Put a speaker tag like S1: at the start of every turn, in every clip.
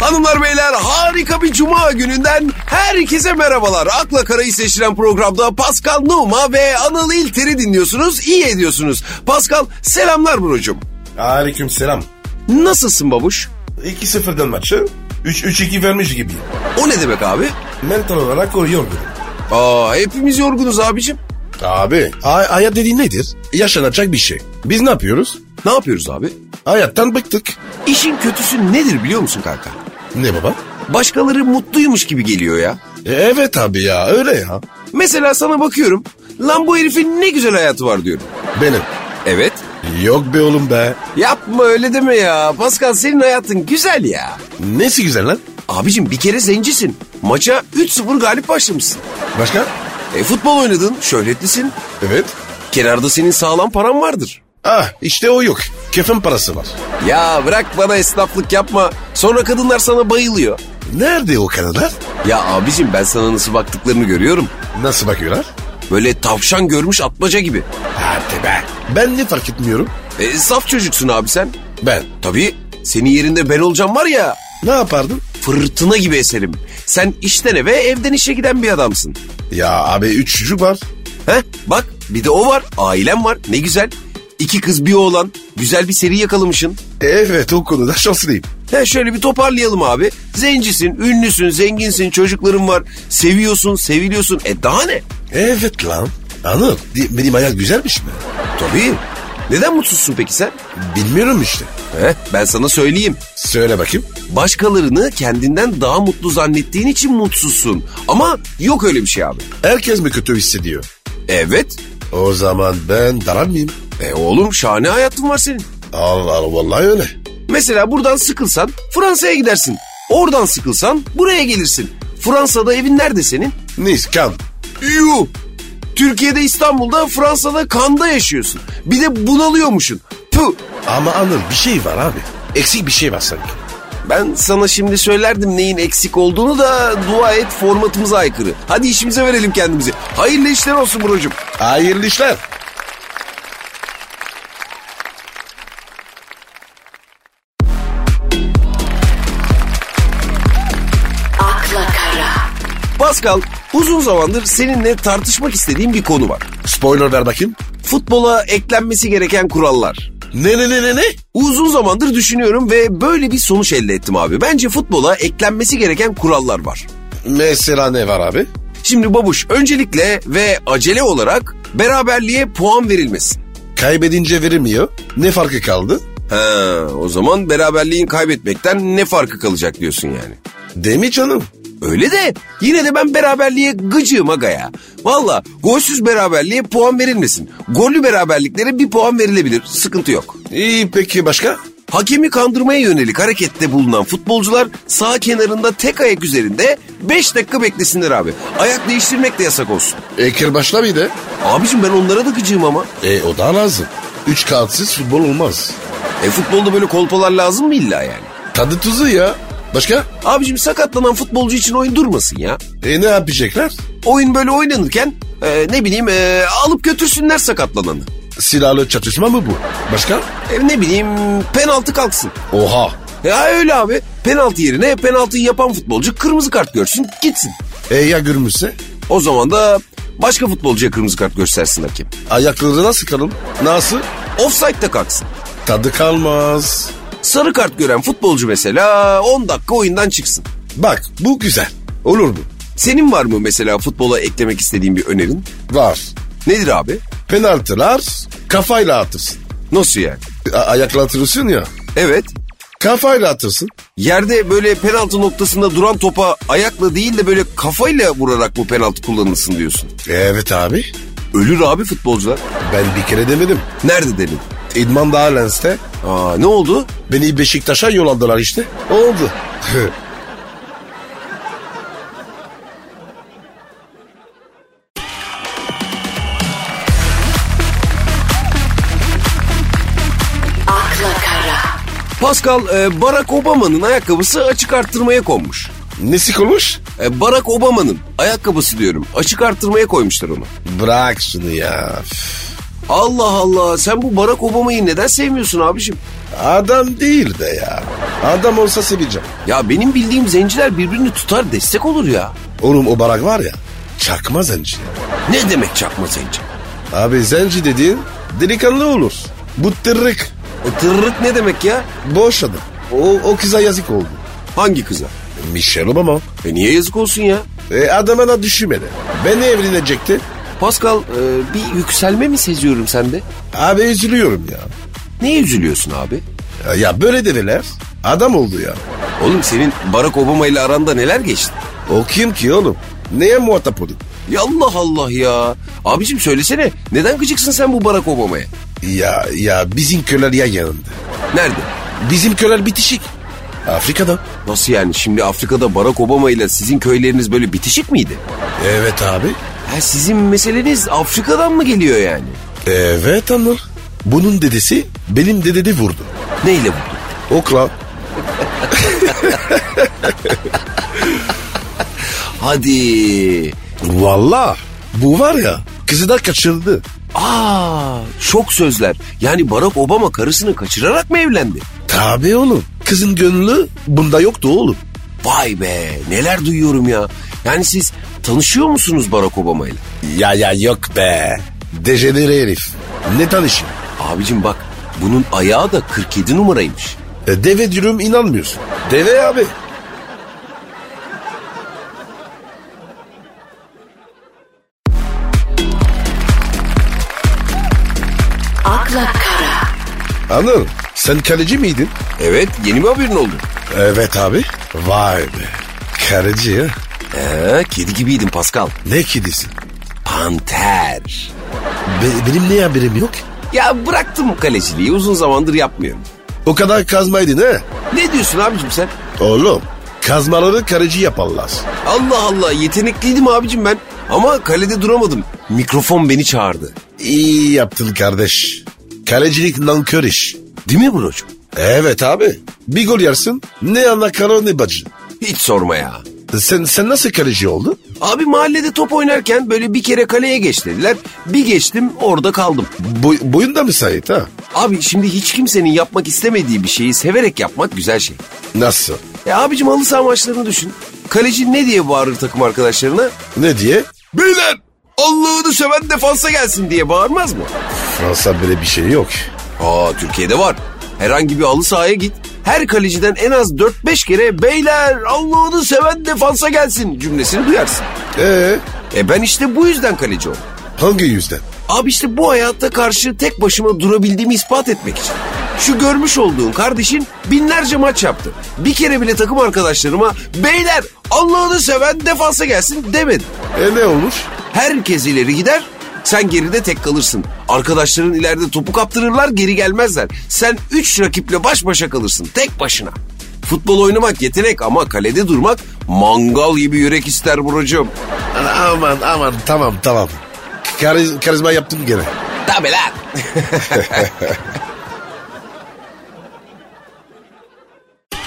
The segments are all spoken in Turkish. S1: Hanımlar beyler harika bir cuma gününden herkese merhabalar. Akla Karayı seçilen programda Pascal Numa ve Anıl İlter'i dinliyorsunuz. iyi ediyorsunuz. Pascal selamlar brocum.
S2: Aleyküm selam.
S1: Nasılsın babuş?
S2: 2-0'dan maçı 3-3-2 vermiş gibi.
S1: O ne demek abi?
S2: Mental olarak koruyor beni.
S1: Aa hepimiz yorgunuz abicim.
S2: Abi hay- hayat dediğin nedir? Yaşanacak bir şey. Biz ne yapıyoruz?
S1: Ne yapıyoruz abi?
S2: Hayattan bıktık.
S1: İşin kötüsü nedir biliyor musun kanka?
S2: Ne baba?
S1: Başkaları mutluymuş gibi geliyor ya.
S2: E, evet abi ya öyle ya.
S1: Mesela sana bakıyorum. Lan bu herifin ne güzel hayatı var diyorum.
S2: Benim.
S1: Evet.
S2: Yok be oğlum be.
S1: Yapma öyle deme ya. Pascal senin hayatın güzel ya.
S2: Nesi güzel lan?
S1: Abicim bir kere zencisin. Maça 3-0 galip başlamışsın.
S2: Başka?
S1: E futbol oynadın, şöhretlisin.
S2: Evet.
S1: Kenarda senin sağlam paran vardır.
S2: Ah işte o yok. Kefen parası var.
S1: Ya bırak bana esnaflık yapma. Sonra kadınlar sana bayılıyor.
S2: Nerede o kadınlar?
S1: Ya abicim ben sana nasıl baktıklarını görüyorum.
S2: Nasıl bakıyorlar?
S1: Böyle tavşan görmüş atmaca gibi.
S2: Hadi be. Ben ne fark etmiyorum?
S1: E, saf çocuksun abi sen.
S2: Ben.
S1: Tabii senin yerinde ben olacağım var ya.
S2: Ne yapardım?
S1: Fırtına gibi eserim. Sen işten eve evden işe giden bir adamsın.
S2: Ya abi üç çocuk var.
S1: Heh bak bir de o var. Ailem var. Ne güzel. İki kız bir oğlan. Güzel bir seri yakalamışsın.
S2: Evet o konuda şanslıyım.
S1: He şöyle bir toparlayalım abi. Zencisin, ünlüsün, zenginsin, çocukların var. Seviyorsun, seviliyorsun. E daha ne?
S2: Evet lan. Anıl di- benim hayat güzelmiş mi?
S1: Tabii. Neden mutsuzsun peki sen?
S2: Bilmiyorum işte.
S1: He ben sana söyleyeyim.
S2: Söyle bakayım.
S1: Başkalarını kendinden daha mutlu zannettiğin için mutsuzsun. Ama yok öyle bir şey abi.
S2: Herkes mi kötü hissediyor?
S1: Evet.
S2: O zaman ben daral mıyım?
S1: E oğlum şahane hayatın var senin.
S2: Allah Allah vallahi öyle.
S1: Mesela buradan sıkılsan Fransa'ya gidersin. Oradan sıkılsan buraya gelirsin. Fransa'da evin nerede senin?
S2: Nice kan.
S1: Yuh! Türkiye'de İstanbul'da Fransa'da Kanda yaşıyorsun. Bir de bunalıyormuşsun. Puh!
S2: Ama Anıl bir şey var abi. Eksik bir şey var sanki.
S1: Ben sana şimdi söylerdim neyin eksik olduğunu da dua et formatımıza aykırı. Hadi işimize verelim kendimizi. Hayırlı işler olsun brocum.
S2: Hayırlı işler.
S3: akla kara,
S1: Pascal uzun zamandır seninle tartışmak istediğim bir konu var.
S2: Spoiler ver bakayım.
S1: Futbola eklenmesi gereken kurallar.
S2: Ne ne ne ne ne?
S1: Uzun zamandır düşünüyorum ve böyle bir sonuç elde ettim abi. Bence futbola eklenmesi gereken kurallar var.
S2: Mesela ne var abi?
S1: Şimdi babuş öncelikle ve acele olarak beraberliğe puan verilmesin.
S2: Kaybedince verilmiyor. Ne farkı kaldı?
S1: Ha, o zaman beraberliğin kaybetmekten ne farkı kalacak diyorsun yani.
S2: Değil mi canım?
S1: Öyle de yine de ben beraberliğe gıcığım aga ya. Valla golsüz beraberliğe puan verilmesin. Gollü beraberliklere bir puan verilebilir. Sıkıntı yok.
S2: İyi peki başka?
S1: Hakemi kandırmaya yönelik harekette bulunan futbolcular sağ kenarında tek ayak üzerinde 5 dakika beklesinler abi. Ayak değiştirmek de yasak olsun.
S2: Eker başla bir de.
S1: Abicim ben onlara da gıcığım ama.
S2: E o da lazım. Üç kağıtsız futbol olmaz.
S1: E futbolda böyle kolpalar lazım mı illa yani?
S2: Tadı tuzu ya. Başka?
S1: Abicim sakatlanan futbolcu için oyun durmasın ya.
S2: E ne yapacaklar?
S1: Oyun böyle oynanırken e, ne bileyim e, alıp götürsünler sakatlananı.
S2: Silahlı çatışma mı bu? Başka?
S1: E, ne bileyim penaltı kalksın.
S2: Oha.
S1: Ya öyle abi penaltı yerine penaltıyı yapan futbolcu kırmızı kart görsün gitsin.
S2: E ya görmüşse?
S1: O zaman da başka futbolcuya kırmızı kart göstersin hakem.
S2: Ayaklarına sıkalım. Nasıl?
S1: Offside de kalksın.
S2: Tadı kalmaz.
S1: Sarı kart gören futbolcu mesela 10 dakika oyundan çıksın.
S2: Bak bu güzel. Olur mu?
S1: Senin var mı mesela futbola eklemek istediğin bir önerin?
S2: Var.
S1: Nedir abi?
S2: Penaltılar kafayla atırsın.
S1: Nasıl yani?
S2: A- ayakla atırsın ya.
S1: Evet.
S2: Kafayla atırsın.
S1: Yerde böyle penaltı noktasında duran topa ayakla değil de böyle kafayla vurarak bu penaltı kullanılsın diyorsun.
S2: E, Evet abi.
S1: Ölür abi futbolcular.
S2: Ben bir kere demedim.
S1: Nerede dedin?
S2: İdman daha Lens'te.
S1: Aa ne oldu?
S2: Beni Beşiktaş'a yolladılar işte. Oldu.
S3: akla kara,
S1: Pascal e, Barack Obama'nın ayakkabısı açık arttırmaya konmuş.
S2: Nesik olmuş?
S1: E, Barack Obama'nın ayakkabısı diyorum. Açık arttırmaya koymuşlar onu.
S2: Bırak şunu ya.
S1: Allah Allah sen bu Barack Obama'yı neden sevmiyorsun abiciğim?
S2: Adam değil de ya. Adam olsa seveceğim.
S1: Ya benim bildiğim zenciler birbirini tutar destek olur ya.
S2: Oğlum o barak var ya çakma zenci.
S1: Ne demek çakma zenci?
S2: Abi zenci dediğin delikanlı olur. Bu tırrık.
S1: E, tırırık ne demek ya?
S2: Boş adam. O, o kıza yazık oldu.
S1: Hangi kıza?
S2: Michelle Obama.
S1: E niye yazık olsun ya?
S2: E, adama da düşünmedi. Ben evlenecekti.
S1: Pascal e, bir yükselme mi seziyorum sende?
S2: Abi üzülüyorum ya.
S1: Neye üzülüyorsun abi?
S2: Ya, Ya böyle develer adam oldu ya.
S1: Oğlum senin Barack Obama ile aranda neler geçti?
S2: O kim ki oğlum? Neye muhatap oldun?
S1: Ya Allah Allah ya. Abicim söylesene neden gıcıksın sen bu Barack Obama'ya?
S2: Ya ya bizim köler ya yanında.
S1: Nerede?
S2: Bizim köler bitişik. Afrika'da.
S1: Nasıl yani şimdi Afrika'da Barack Obama ile sizin köyleriniz böyle bitişik miydi?
S2: Evet abi.
S1: Ha sizin meseleniz Afrika'dan mı geliyor yani?
S2: Evet Anıl. Bunun dedesi benim dedede vurdu.
S1: Neyle vurdu?
S2: Okla.
S1: Hadi.
S2: Valla. Bu var ya kızı da kaçırdı.
S1: Aa, çok sözler. Yani Barack Obama karısını kaçırarak mı evlendi?
S2: Tabii oğlum. Kızın gönlü bunda yoktu oğlum.
S1: Vay be neler duyuyorum ya. Yani siz tanışıyor musunuz Barack Obama ile?
S2: Ya ya yok be. Dejenere herif. Ne tanışın?
S1: Abicim bak bunun ayağı da 47 numaraymış.
S2: E, deve dürüm inanmıyorsun. Deve abi.
S3: akla kara,
S2: Anıl sen kaleci miydin?
S1: Evet yeni bir haberin oldu.
S2: Evet abi. Vay be. Kaleci ya.
S1: Ee, kedi gibiydin Pascal.
S2: Ne kedisi?
S1: Panter.
S2: Be- benim ne haberim yok?
S1: Ya bıraktım kaleciliği uzun zamandır yapmıyorum.
S2: O kadar kazmaydın he?
S1: Ne diyorsun abicim sen?
S2: Oğlum kazmaları kaleci yaparlar.
S1: Allah Allah yetenekliydim abicim ben. Ama kalede duramadım. Mikrofon beni çağırdı.
S2: İyi yaptın kardeş. Kalecilik nankör iş.
S1: Değil mi brocuğum?
S2: Evet abi. Bir gol yersin ne ana karo ne bacı.
S1: Hiç sorma ya.
S2: Sen, sen nasıl kaleci oldun?
S1: Abi mahallede top oynarken böyle bir kere kaleye geç dediler. Bir geçtim orada kaldım.
S2: Boy, boyun da müsait ha?
S1: Abi şimdi hiç kimsenin yapmak istemediği bir şeyi severek yapmak güzel şey.
S2: Nasıl?
S1: E abicim halı saha maçlarını düşün. Kaleci ne diye bağırır takım arkadaşlarına?
S2: Ne diye?
S1: Beyler Allah'ını seven defansa gelsin diye bağırmaz mı?
S2: Fransa böyle bir şey yok.
S1: Aa Türkiye'de var. Herhangi bir halı sahaya git. Her kaleciden en az 4-5 kere beyler Allah'ını seven defansa gelsin cümlesini duyarsın.
S2: Ee,
S1: E ben işte bu yüzden kaleci oldum.
S2: hangi yüzden?
S1: Abi işte bu hayatta karşı tek başıma durabildiğimi ispat etmek için. Şu görmüş olduğun kardeşin binlerce maç yaptı. Bir kere bile takım arkadaşlarıma beyler Allah'ını seven defansa gelsin demedim.
S2: E ne olur?
S1: Herkes ileri gider sen geride tek kalırsın. Arkadaşların ileride topu kaptırırlar geri gelmezler. Sen 3 rakiple baş başa kalırsın tek başına. Futbol oynamak yetenek ama kalede durmak mangal gibi yürek ister Buracığım.
S2: Aman aman tamam tamam. Kariz, karizma yaptım gene.
S1: Tabi lan.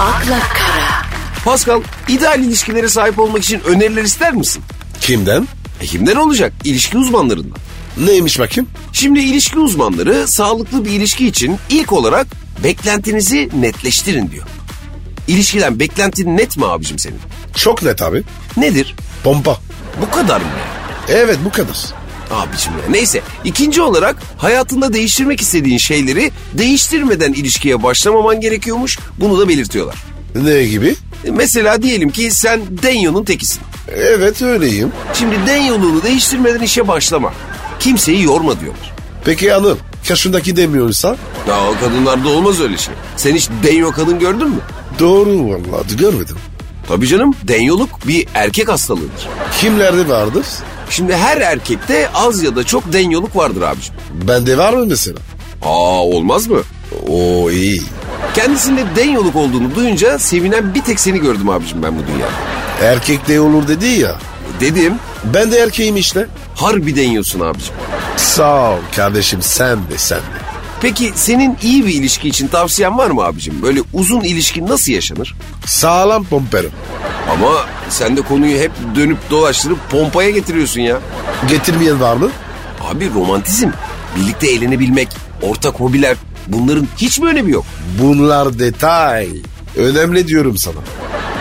S3: akla kara,
S1: Pascal ideal ilişkilere sahip olmak için öneriler ister misin?
S2: Kimden?
S1: E kimden olacak? İlişki uzmanlarından.
S2: Neymiş bakayım?
S1: Şimdi ilişki uzmanları sağlıklı bir ilişki için ilk olarak beklentinizi netleştirin diyor. İlişkiden beklentin net mi abicim senin?
S2: Çok net abi.
S1: Nedir?
S2: Pompa.
S1: Bu kadar mı yani?
S2: Evet bu kadar.
S1: Abicim ya neyse. İkinci olarak hayatında değiştirmek istediğin şeyleri değiştirmeden ilişkiye başlamaman gerekiyormuş. Bunu da belirtiyorlar.
S2: Ne gibi?
S1: E Mesela diyelim ki sen Denyo'nun tekisin.
S2: Evet öyleyim.
S1: Şimdi den yolunu değiştirmeden işe başlama. Kimseyi yorma diyorlar.
S2: Peki Anıl kaşındaki demiyorsa?
S1: Ya o kadınlarda olmaz öyle şey. Sen hiç denyo kadın gördün mü?
S2: Doğru vallahi görmedim.
S1: Tabii canım denyoluk bir erkek hastalığıdır.
S2: Kimlerde vardır?
S1: Şimdi her erkekte az ya da çok denyoluk vardır abicim.
S2: Bende var mı mesela?
S1: Aa olmaz mı?
S2: Oo iyi.
S1: Kendisinde denyoluk olduğunu duyunca sevinen bir tek seni gördüm abicim ben bu dünyada.
S2: Erkek de olur dedi ya.
S1: Dedim
S2: Ben de erkeğim işte.
S1: harbi denyosun abicim.
S2: Sağ ol kardeşim sen de sen de.
S1: Peki senin iyi bir ilişki için tavsiyen var mı abicim? Böyle uzun ilişki nasıl yaşanır?
S2: Sağlam pomperim.
S1: Ama sen de konuyu hep dönüp dolaştırıp pompaya getiriyorsun ya.
S2: Getirmeyen var mı?
S1: Abi romantizm birlikte eğlenebilmek, ortak hobiler bunların hiç mi önemi yok?
S2: Bunlar detay. Önemli diyorum sana.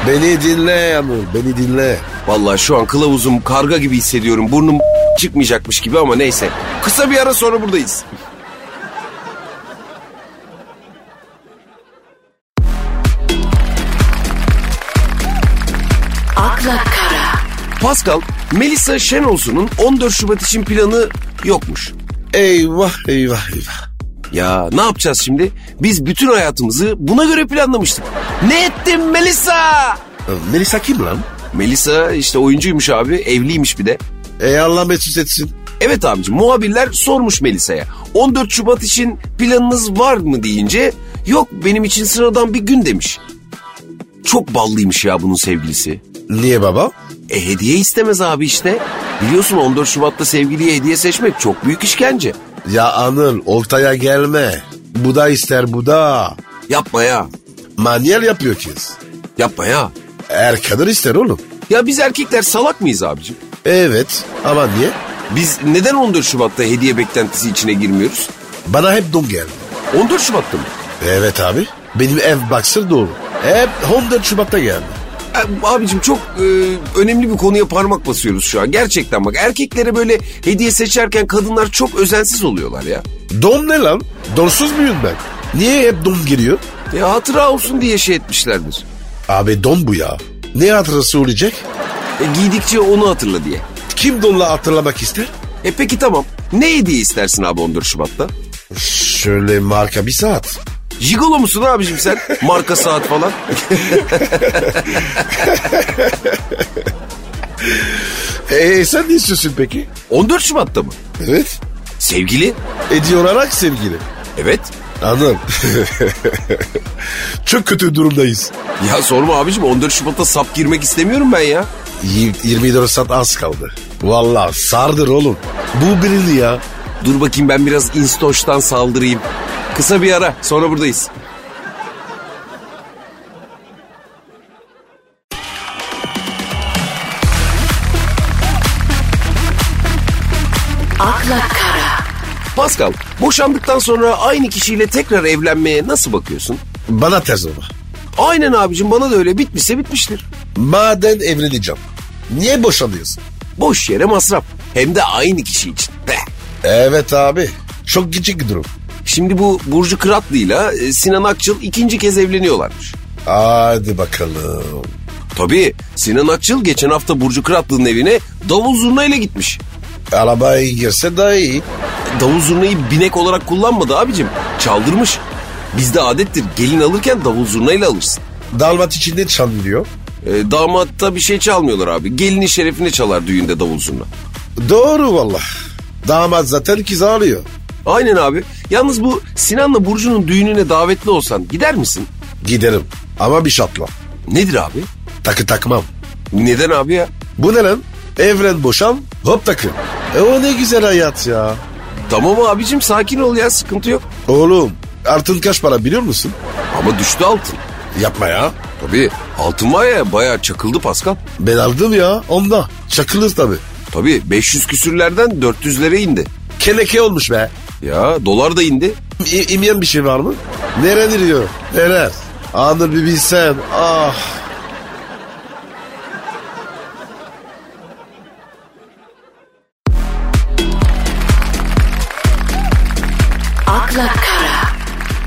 S2: Beni dinle Yağmur, beni dinle.
S1: Vallahi şu an kılavuzum karga gibi hissediyorum. Burnum çıkmayacakmış gibi ama neyse. Kısa bir ara sonra buradayız.
S3: akla kara,
S1: Pascal, Melisa Şenolsun'un 14 Şubat için planı yokmuş.
S2: Eyvah, eyvah, eyvah.
S1: Ya ne yapacağız şimdi? Biz bütün hayatımızı buna göre planlamıştık. Ne ettin Melisa?
S2: Melisa kim lan?
S1: Melisa işte oyuncuymuş abi, evliymiş bir de.
S2: Ey Allah mesut etsin.
S1: Evet abicim muhabirler sormuş Melisa'ya. 14 Şubat için planınız var mı deyince yok benim için sıradan bir gün demiş. Çok ballıymış ya bunun sevgilisi.
S2: Niye baba?
S1: E hediye istemez abi işte. Biliyorsun 14 Şubat'ta sevgiliye hediye seçmek çok büyük işkence.
S2: Ya Anıl ortaya gelme. Bu da ister bu da.
S1: Yapma ya.
S2: Manyel yapıyor kız.
S1: Yapma ya.
S2: Er kadın ister oğlum.
S1: Ya biz erkekler salak mıyız abicim?
S2: Evet ama niye?
S1: Biz neden 14 Şubat'ta hediye beklentisi içine girmiyoruz?
S2: Bana hep don geldi.
S1: 14 Şubat'ta mı?
S2: Evet abi. Benim ev baksır doğru. Hep 14 Şubat'ta geldi.
S1: E, Abicim çok e, önemli bir konuya parmak basıyoruz şu an. Gerçekten bak erkeklere böyle hediye seçerken kadınlar çok özensiz oluyorlar ya.
S2: Don ne lan? Donsuz muyum ben? Niye hep don giriyor?
S1: Ya E, hatıra olsun diye şey etmişlerdir.
S2: Abi don bu ya. Ne hatırası olacak?
S1: E, giydikçe onu hatırla diye.
S2: Kim donla hatırlamak ister?
S1: E peki tamam. Ne hediye istersin abi 14 Şubat'ta?
S2: Şöyle marka bir saat.
S1: Jigolo musun abicim sen? Marka saat falan.
S2: Eee Ee, sen ne istiyorsun peki?
S1: 14 Şubat'ta mı?
S2: Evet.
S1: Sevgili?
S2: Hediye olarak sevgili.
S1: Evet.
S2: Anladım. Çok kötü durumdayız.
S1: Ya sorma abicim 14 Şubat'ta sap girmek istemiyorum ben ya.
S2: Y- 24 saat az kaldı. Valla sardır oğlum. Bu birini ya.
S1: Dur bakayım ben biraz Instoş'tan saldırayım. Kısa bir ara sonra buradayız.
S3: akla kara,
S1: Pascal, boşandıktan sonra aynı kişiyle tekrar evlenmeye nasıl bakıyorsun?
S2: Bana ters olma.
S1: Aynen abicim bana da öyle bitmişse bitmiştir.
S2: Madem evleneceğim. Niye boşanıyorsun?
S1: Boş yere masraf. Hem de aynı kişi için. Be.
S2: Evet abi. Çok gıcık bir durum.
S1: Şimdi bu Burcu Kıratlı'yla e, Sinan Akçıl ikinci kez evleniyorlarmış.
S2: Hadi bakalım.
S1: Tabii Sinan Akçıl geçen hafta Burcu Kıratlı'nın evine davul zurnayla gitmiş.
S2: Arabaya girse daha iyi.
S1: Davul zurnayı binek olarak kullanmadı abicim. Çaldırmış. Bizde adettir gelin alırken davul zurnayla alırsın.
S2: Dalmat içinde çalınıyor.
S1: E, damatta bir şey çalmıyorlar abi. Gelinin şerefine çalar düğünde davul zurna.
S2: Doğru valla. Damat zaten kız ağlıyor.
S1: Aynen abi. Yalnız bu Sinan'la Burcu'nun düğününe davetli olsan gider misin?
S2: Giderim. Ama bir şartla.
S1: Nedir abi?
S2: Takı takmam.
S1: Neden abi ya?
S2: Bu ne lan? Evren boşan hop takı. E o ne güzel hayat ya.
S1: Tamam abicim sakin ol ya sıkıntı yok.
S2: Oğlum artın kaç para biliyor musun?
S1: Ama düştü altın.
S2: Yapma ya.
S1: Tabii altın var ya bayağı çakıldı Pascal.
S2: Ben aldım ya onda. Çakılır tabi.
S1: Tabii 500 küsürlerden 400'lere indi.
S2: Keleke olmuş be.
S1: Ya dolar da indi.
S2: İ- İmeyen bir şey var mı? Neredir diyor. Neler? Anır bir bilsem. Ah.
S3: akla kara,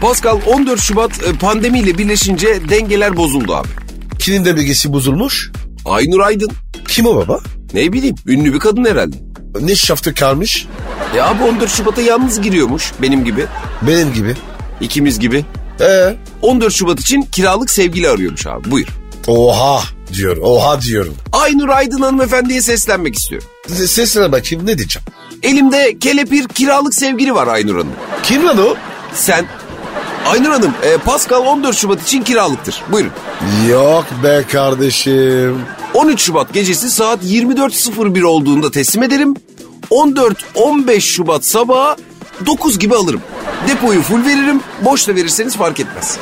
S1: Pascal 14 Şubat e, pandemiyle birleşince dengeler bozuldu abi.
S2: Kimin de bilgisi bozulmuş?
S1: Aynur Aydın
S2: Kim o baba?
S1: ne bileyim ünlü bir kadın herhalde.
S2: Ne şaftı kalmış?
S1: E abi 14 Şubat'a yalnız giriyormuş benim gibi
S2: Benim gibi.
S1: ikimiz gibi.
S2: Ee,
S1: 14 Şubat için kiralık sevgili arıyormuş abi buyur.
S2: oha diyor. Oha diyorum.
S1: Aynur Aydın hanımefendiye seslenmek istiyorum.
S2: Se- Sesine bakayım ne diyeceğim.
S1: Elimde kelepir kiralık sevgili var Aynur Hanım.
S2: Kim lan o?
S1: Sen... Aynur Hanım, e, Pascal 14 Şubat için kiralıktır. Buyurun.
S2: Yok be kardeşim.
S1: 13 Şubat gecesi saat 24.01 olduğunda teslim ederim. 14-15 Şubat sabahı 9 gibi alırım. Depoyu full veririm. Boş da verirseniz fark etmez.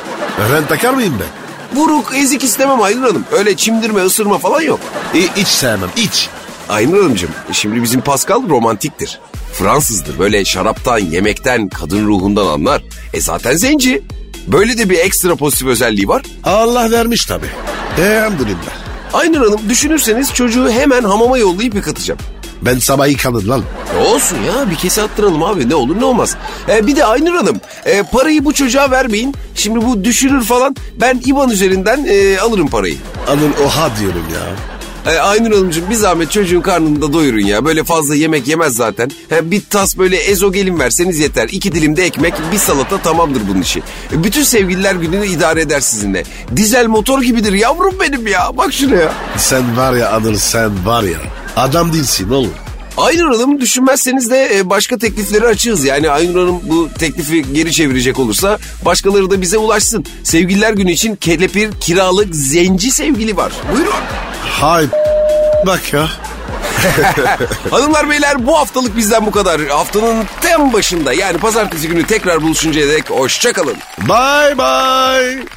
S2: Ben takar mıyım ben?
S1: Vuruk, ezik istemem Aynur Hanım. Öyle çimdirme, ısırma falan yok.
S2: E, iç sevmem iç.
S1: Aynur Hanımcığım, şimdi bizim Pascal romantiktir. Fransızdır. Böyle şaraptan, yemekten, kadın ruhundan anlar. E zaten zenci. Böyle de bir ekstra pozitif özelliği var.
S2: Allah vermiş tabii. Elhamdülillah.
S1: Aynur Hanım düşünürseniz çocuğu hemen hamama yollayıp yıkatacağım.
S2: Ben sabah yıkadım lan.
S1: E olsun ya bir kese attıralım abi ne olur ne olmaz. E, bir de Aynur Hanım e, parayı bu çocuğa vermeyin. Şimdi bu düşürür falan ben IBAN üzerinden e, alırım parayı.
S2: Anıl oha diyorum ya.
S1: E, Aynur Hanımcığım bir zahmet çocuğun karnını da doyurun ya. Böyle fazla yemek yemez zaten. He, bir tas böyle ezogelin verseniz yeter. İki dilim de ekmek, bir salata tamamdır bunun işi. E, bütün sevgililer gününü idare eder sizinle. Dizel motor gibidir yavrum benim ya. Bak şuraya.
S2: Sen var ya Anıl sen var ya. Adam değilsin oğlum.
S1: Aynur Hanım düşünmezseniz de e, başka teklifleri açığız. Yani Aynur Hanım bu teklifi geri çevirecek olursa başkaları da bize ulaşsın. Sevgililer günü için kelepir, kiralık, zenci sevgili var. Buyurun.
S2: Hay bak ya.
S1: Hanımlar beyler bu haftalık bizden bu kadar. Haftanın tem başında yani pazartesi günü tekrar buluşuncaya dek hoşçakalın.
S2: Bye bye.